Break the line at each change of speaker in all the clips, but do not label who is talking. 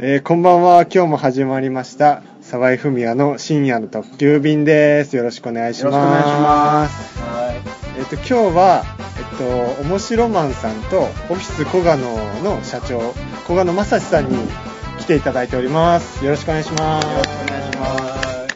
えーこんばんは。今日も始まりました。沢井文也の深夜の特急便です。よろしくお願いします。
す。は
えっ、と、今日は、えっと、面白マンさんと、オフィス小賀野の社長、小賀野正史さんに来ていただいております。よろしくお願いします。
い。よろしくお願いします。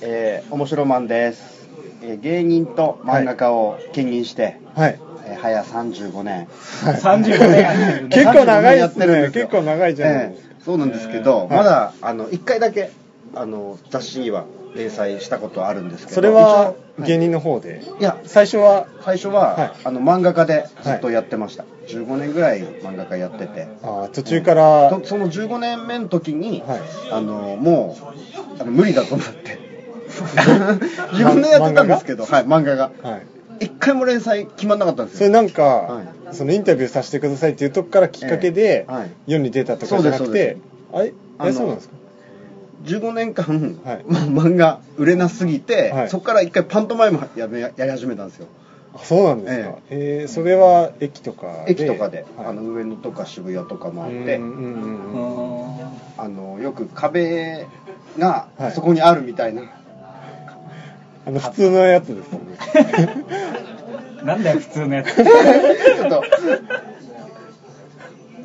えー、面白マンです。えー、芸人と漫画家を兼任して、
はい。
えー、早35年。
35年やってる ん
結
で
構長いです
35年やってるん
ね。
ですよ
結構長いじゃないですか。
えーそうなんですけど、
えー
まだ、あの、一回だけ、あの、雑誌には連載したことあるんですけど。
それは
一応
芸人の方で。
いや、
最初は、
最初は、
はい
あの、漫画家でずっとやってました。15年ぐらい漫画家やってて。
あー途中から、
とその15年目の時に、
はい
あのもうあの無理だと思って 自分でやってたんですけどはい漫画が
はい。
一回も連載決まんなかったんです
それ
よ
なんか、
は
そのインタビューさせてくださいっていうとこからきっかけで、
ええはい
世に出たとかじゃなく
そう
て
です、
あれ
あ
え
の
そうなんですか
15年間、
はい
ま漫画売れなすぎて、
はい
そこから一回パントマイムやめやり始めたんですよ
あそうなんですか、えーそれは駅とかで
駅とかで、
はい
あの上野とか渋谷とかもあっ
うん
て
うんうんうん
あのよく壁が
はい
そこにあるみたいな、
あの普通のやつですよね
なんだよ、普通のやつ。
ちょっと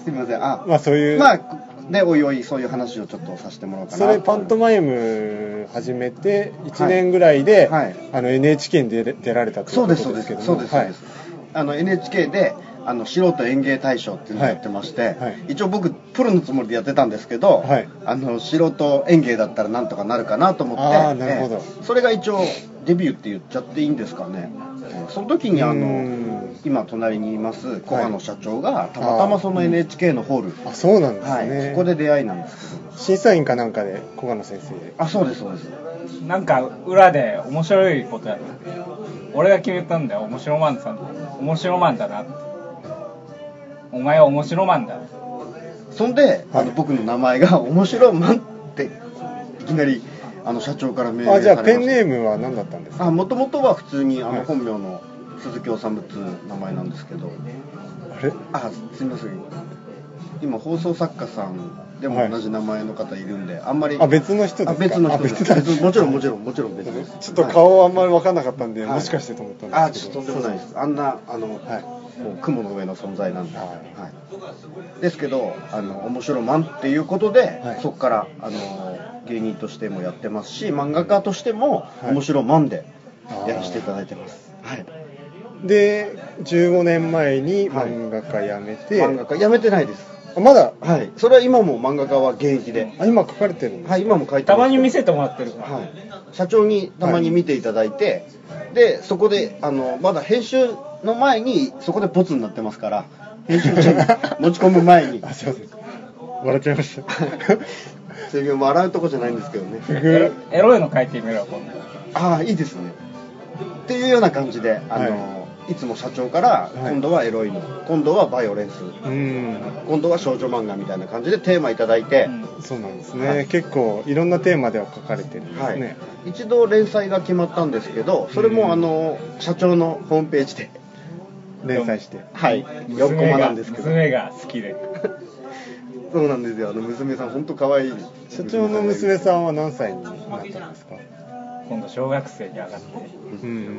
すいませんあ
まあそういう、
まあねおいおいそういう話をちょっとさせてもらおうかな
それパントマイム始めて1年ぐらいで、
はいはい
あの NHK に出れ出られたという
そう
こ
ですそ
と
う
で
です
けど
す
も
そうですそうです、あの NHK であの素人演芸大賞っていうのをやってまして、
はいはい
一応僕プロのつもりでやってたんですけど、
はい
あの素人演芸だったらなんとかなるかなと思って
あーなるほど
ええそれが一応デビューって言っちゃっていいんですかねその時にあ
うー
の
ん
今隣にいます小賀の社長がたまたまその NHK のホール
あそうなんです
はい、
ね、
そこで出会いなんですけど
審査員かなんかで小賀野先生
あそうですそうです
なんか、裏で面白いことやった。俺が決めたんだよ、面白マンさん。面白マンだな。お前は面白マンだ。
そんで、
はい
あの僕の名前が 面白いマンっていきなりあの社長から命令されま
あ
し
じ
た
ゃあペンネームは何だったんですか
あもともとは普通にあ
は
の
い
本名の鈴木治っていう名前なんですけど、
あれ
あすみません今放送作家さんで
はい
も同じ名前の方いるんで、あんまり
あ別の人ですか
あ別の人です
あ別だ
もちろんもちろんもちろん別です
ちょっと顔はあんまり分かんなかったんで、
はい
もしかしてと思った
あ
んで
ち
す
ょっ
け
と
ど、
とんでもないですあんなあの、
は
もう雲の上の存在なんで、
は
はいいですけどあの面白マンっていうことで、
はい
そこからあの芸人としてもやってますし漫画家としても、
はい
面白マンで
あー
やらせていただいてます、はい、
い、で15年前に
はい
漫画家辞めて、
漫画家やめてないです
あまだ
はいそれは今も漫画家は現役で、
あ今書かれてるんですか、
はい今も書いてます
たまに見せてもらってるから。
はい、社長にたまに見ていただいて、でそこであのまだ編集の前にそこでボツになってますから編集中に持ち込む前 に
あすいません笑っちゃいました
水曜も洗うとこじゃないんですけどね
不
エロ
遇
エロいの書いてみろよ、今度。
ああいいですねっていうような感じであの、い、つも社長から、
はい
今度はエロいの今度はバイオレンス
うん
今度は少女漫画みたいな感じでテーマいただいて、
うん
そうなんですね、
はい
結構いろんなテーマでは書かれてるんで
は
す
い、
ね、
一度連載が決まったんですけどそれ
うん
もあの社長のホームページで
連載して
はい4コ
娘
マな
が、
んですけど
娘が好きで。
そうなんですよあの娘さん本当可愛い
社長の娘さんは何歳になったんですか
今度、小学生に上がって。
うんうん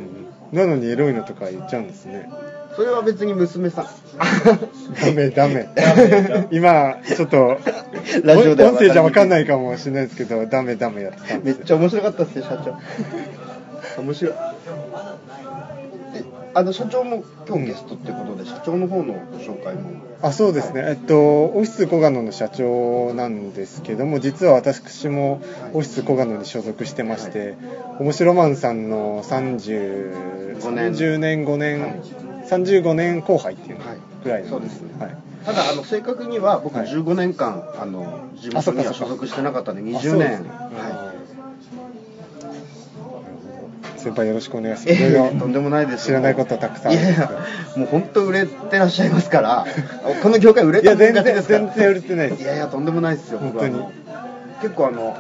なのにエロいのとか言っちゃうんですね
それは別に 娘さん
ダメダメ
ダメダメ
今ちょっと
ラジオでは
音声じゃ分かんないかもしれないですけどダメダメやってたんで
めっ
すよ
ちゃ面白かったっすよ社長面白いであの社長も今日ゲストってことで、社長の方のご紹介も
あそうですね、えっと、オフィス小賀野の社長なんですけども実は私もオフィス小賀野に所属してまして、面白マンさんの30
5年
30年5年、
はい
35年後輩っていうの
はい
ぐらいなん
そうですね
はい
ただあの正確には僕
はい
15年間、あの事務所には所属してなかったんで
あそう
20
です
年、
ね
は
うん先輩よろしくお願いし
い、
ますいろいろ
とんでもないです
知らないことたくさんあ
い
るんで
やい
すけど
やもう本当売れてらっしゃいますから この業界売れ
いや
た
全
もん勝 ちで
然
すか
全
ら
然売れてないです
いやいやとんでもないですよ
本
僕
当
は
に
もう結構あの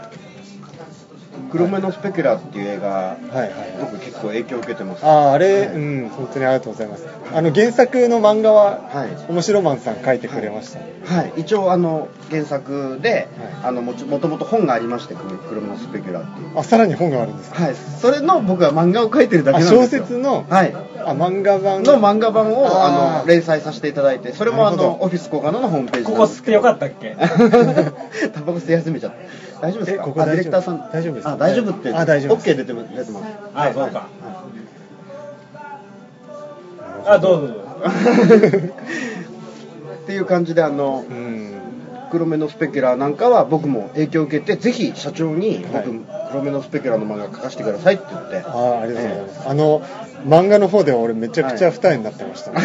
黒目のスペキュラーっていう映画、
はいはい
僕結構影響受けてます。
あああれ、うん本当にありがとうございますあの原作の漫画は、
はい
面白マンさん書いてくれました、
はい、一応あの原作で、
はい
あのもちもともと本がありまして黒黒目のスペキュラーっていう。
あさらに本があるんですか
はい、それの僕は漫画を描いてるだけなんですよ
あ小説の
はい、
あ漫画版
の漫画版をあ
あー
の連載させていただいてそれもあ
なるほ
の
ど
オフィス小金のホームページ
ここ吸ってよ かったっけ
たタバコ吸い始めちゃった大丈夫ですか
えここ
あ
大丈夫
ディレクターさん
大丈夫です
あ大丈夫って
あ大丈夫です
OK 出てます出てます
あそ
は
うか
い
あどうぞどうぞ
っていう感じであの
うん
黒目のスペキュラーなんかは僕も影響を受けてぜひ社長に
はい
僕、黒目のスペキュラーの漫画書かせてくださいって言って
ああありがとうございます、あの漫画の方では俺めちゃくちゃ二重になってました、 ね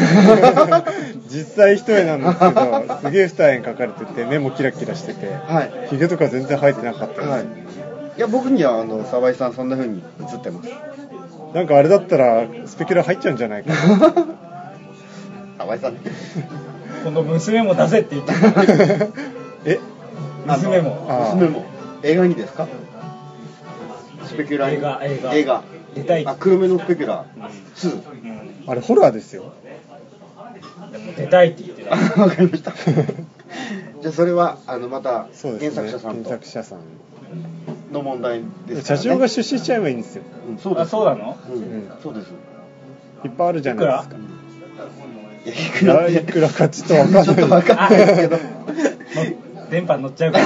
実際一重なんですけどすげえ二重に書かれてて目もキラキラしてて
はい
ひげとか全然生えてなかったです、
はい、いや僕にはあの沢井さんそんな風に映って ます
なんかあれだったらスペキュラ入っちゃうんじゃない かな
沢井さん
今度娘も出せって言って
え
娘も
あー
娘も映画にですかスペキュラーに
映画映画
映画
出たい
あ黒目のスペキュラー
う
2
ん
あれホラーですよ
でも出たいって言ってた
あわかりました じゃあそれはあのまた
そうで
原
すね
作者さんと
原作者さん
の問題ですから、
社
ね、
長が出資しちゃえばいいんですよ
うんそうで
あ
す
そうなの
うん
うん
そうです
いっぱいあるじゃないですか
いや
いやいくらかちょっとわかんない
ちょっとわかんないですけど
の 電波乗っちゃうから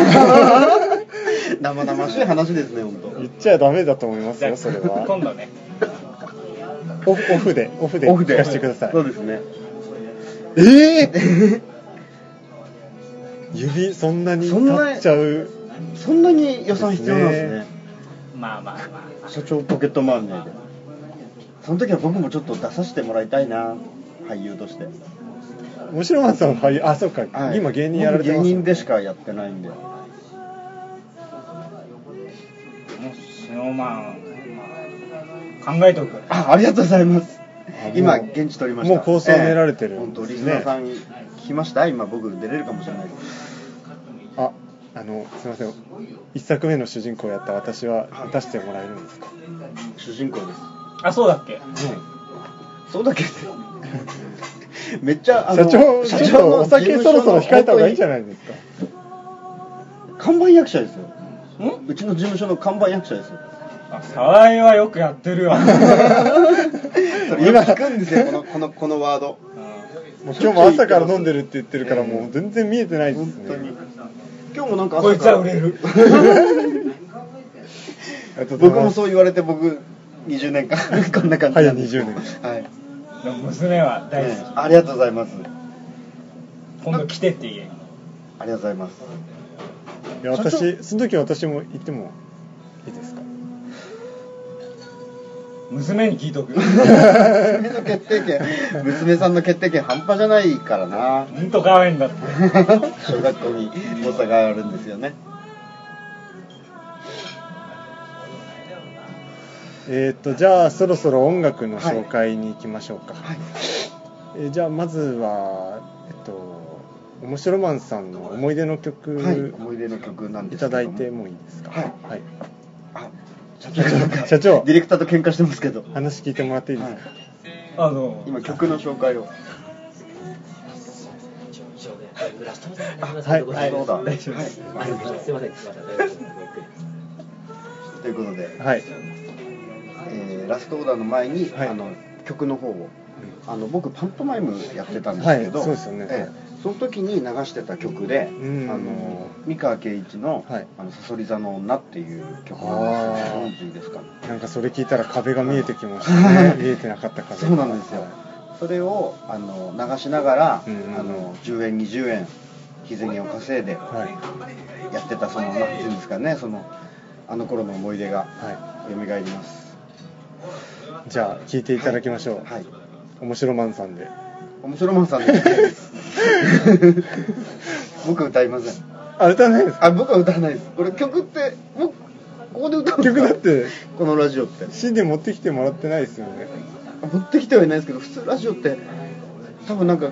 生々しい話ですね本 当
言っちゃダメだと思いますよそれは
今度ね
オフオフでオフで
オフで
聞かせてください
そうですね
ええ指そんなに
そんな
立っちゃう
そんなに予算必要なんですね
です
まあまあま
所長ポケットマネーでその時は僕もちょっと出させてもらいたいな俳優として、
面白マンさんは俳優あそうか、
はい
今芸人やられてます
僕芸人でしかやってないんで
あもうシノーマン考えとく
あありがとうございます
あもう
今現地取りました
もう構想練られてるんですね
本当リスナーさん聞きました今僕出れるかもしれないです
ああのすいません一作目の主人公やった私は
はい
出してもらえるんですか
主人公です、
あそうだっけ
そうだけどめっちゃあ
社
の
長
社
ちょっと
の
お酒そろそろ控えた方がいいんじゃ
い
ないですか
看板役者ですよ
ん
うちの事務所の看板役者ですよ
あ沢井はよくやって るわ
それよく聞くんですよこのこのこのワード
もう今日も朝から飲んでるって言ってるからもう全然見えてないです
本
ね、
当に今日もなんか朝
こいつ
から
は売れる
ありがとうご
僕
ざい
も
ます
そう言われて僕20年間 こんな感じなんです
はい20年
はい、
でも娘は大好き、
ありがとうございます
今度来てって言え
ありがとうございます
いや私その時私も行ってもいいですか
娘に聞いとく
娘の決定権娘さんの決定権半端じゃないか らな
ほんと可愛いんだって
小学校に猛者があるんですよね
えー、とじゃあそろそろ音楽の紹介に行きましょうか、
はい
えーじゃあまずはえっと面白マンさんの思い出の曲、
はい思い出の曲なん
い
です
た
けど
だ
も
いてもいいですか
はい
はい、
あ社長なん か
社長
ディレクターと喧嘩してますけど
話聞いてもらっていいですか、
は
あの
今曲の紹介を
はい
はいそうだ
大丈夫です
はいわかりました
すいません、すいません大丈夫です。ごゆっくり
ということで
はい
えーラストオーダーの前に、
はい
あの曲の方をあの僕パントマイムやってたんで
は
す
い
けど、
そうですよね
ええその時に流してた曲で、
うん
あの三河圭一の「
はい
あのサソリ座の女」っていう曲なんですけどご
あー
存知ですかね
なんかそれ聞いたら壁が見えてきましたね見えてなかった壁
そうなんですよ
は
それをあの流しながら、
うんうんうん
あの10円20円日銭を稼いで
いはい、
やってたその何ていうんですかねそのあの頃の思い出が
は
蘇ります
い、じゃあ聞いていただきましょう、
はい
面白マンさんで
面白マンさんの曲です僕歌いません
あ歌わないですか
あ僕は歌わないですこれ曲って僕ここで歌うんです
曲
か
だって
このラジオって
CD 持ってきてもらってないですよね
持ってきてはいないですけど普通ラジオって多分なんか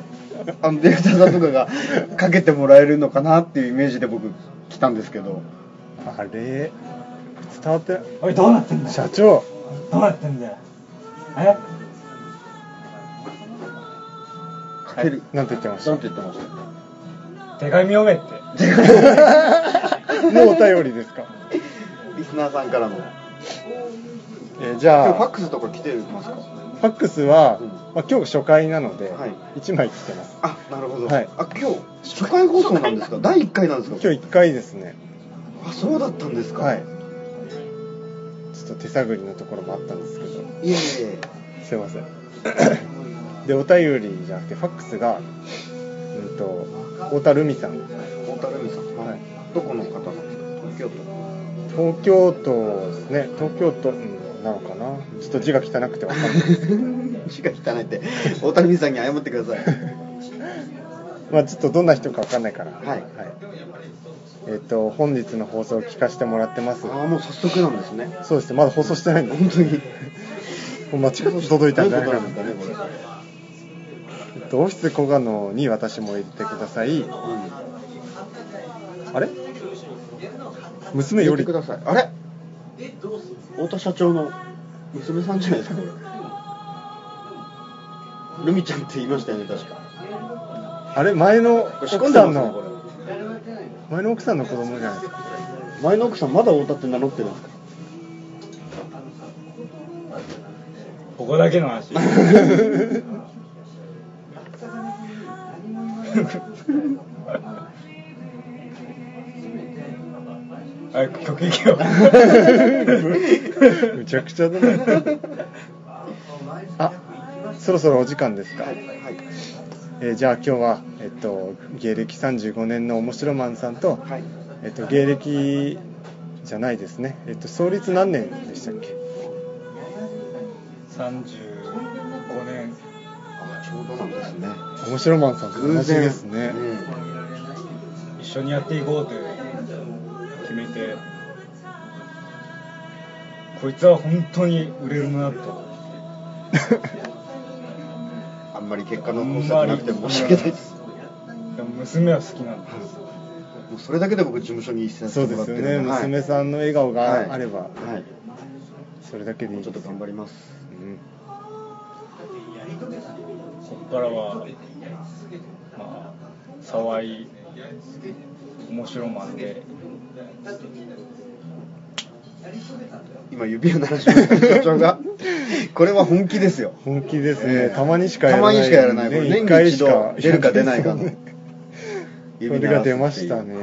あのディレクターさんとかがかけてもらえるのかなっていうイメージで僕来たんですけど
あれ伝わってない
おいどうなってんだよ
社長
どうなってんだよえ
かける
なんて言ってまし
な
た
んて言ってました
手紙読めって
もうお便りですか、
リスナーさんからの。
えーじ
今
ゃ
日ファ
あ
ックスとか来てますか。
ファックスは、
うん
まあ、今日初回なので、
はい
1枚来てます
あ、なるほど。
はい
あ、今日初回放送なんですか。第一回なんですか。
今日1回ですね
あ、そうだったんですか。
はい。ちょっと手探りのところもあったんですけど
いえいえ。
すいませんでお便りじゃなくてファックスがうんと太田留美さん
大田留美さん。はい。どこの方なんですか。東京都。
東京都ですね東京都、うん、なのかなちょっと字が汚くてわかんない ですけど
字が汚いって。大田留美さんに謝ってくだ さい。
まあちょっとどんな人かわかんないから
はい
えっ、と本日の放送を聞かせてもらってます
あ、もう早速なんですね。
そうですねまだ放送してないんだ
本当に。
もう間違って届いたんじゃない
どう
か
う
な
ことなんですかね、
えっと王室小賀野に私も入れてください
これ。
あれ
うん
娘よ
入
り
れてください。あれ太田社長の娘さんじゃないですか、これ。ルミちゃんって言いましたよね、確か。
あれ前の
これ仕
奥
込んで
さ
ま
ん
すね、
の
これ。
前の奥さんの子供じゃないですか
前の奥さん、まだ太田って名乗ってるんですか
ここだけの話あ曲いけ よ
むちゃくちゃだなあそろそろお時間ですか、
はい。
えーじゃあ今日は、えっと、芸歴35年の面白マンさんと、
はい。
えっと、芸歴じゃないですね、えっと、創立何年でしたっけ
35年
あ、ちょうどなんですね。
面白マンさんと同じですね、
うん
一緒にやっていこうと決めてこいつは本当に売れるなと
あんまり結果の功績なくて申し訳ないです。
でも娘は好きなんです
もうそれだけで僕、事務所に一線
そうですよね、娘
ん
さんの笑顔
のはい
があれば、
はい。はい
それだけでいい
も
う
ちょっと
ですよ
頑張ります。
うん
ここからはまあ沢井面白マンで
今、指を鳴らしました、社長が。 これは本気ですよ。
本気ですね、
ええ
たまにしかやらない
たまにしかやらないこれ
ね
年
一
に
回しか
一度出るか出ないかの
それが出ましたね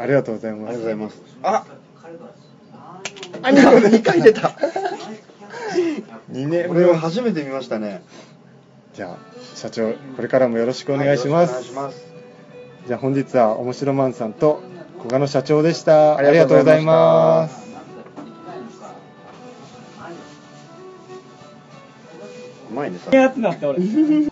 ありがとうござい
あり
ま
がと
す
うございます。ああ、2回出た。
2年
こ
目
れ
を
は初めて見ましたね。
じゃあ社長これからもよろしくお願いします,、
はいよろしくお願いします。
じゃあ本日は面白マンさんと古賀の社長でした
ありがとうございま
ありがとうございます
うまいね、さ
やってなって俺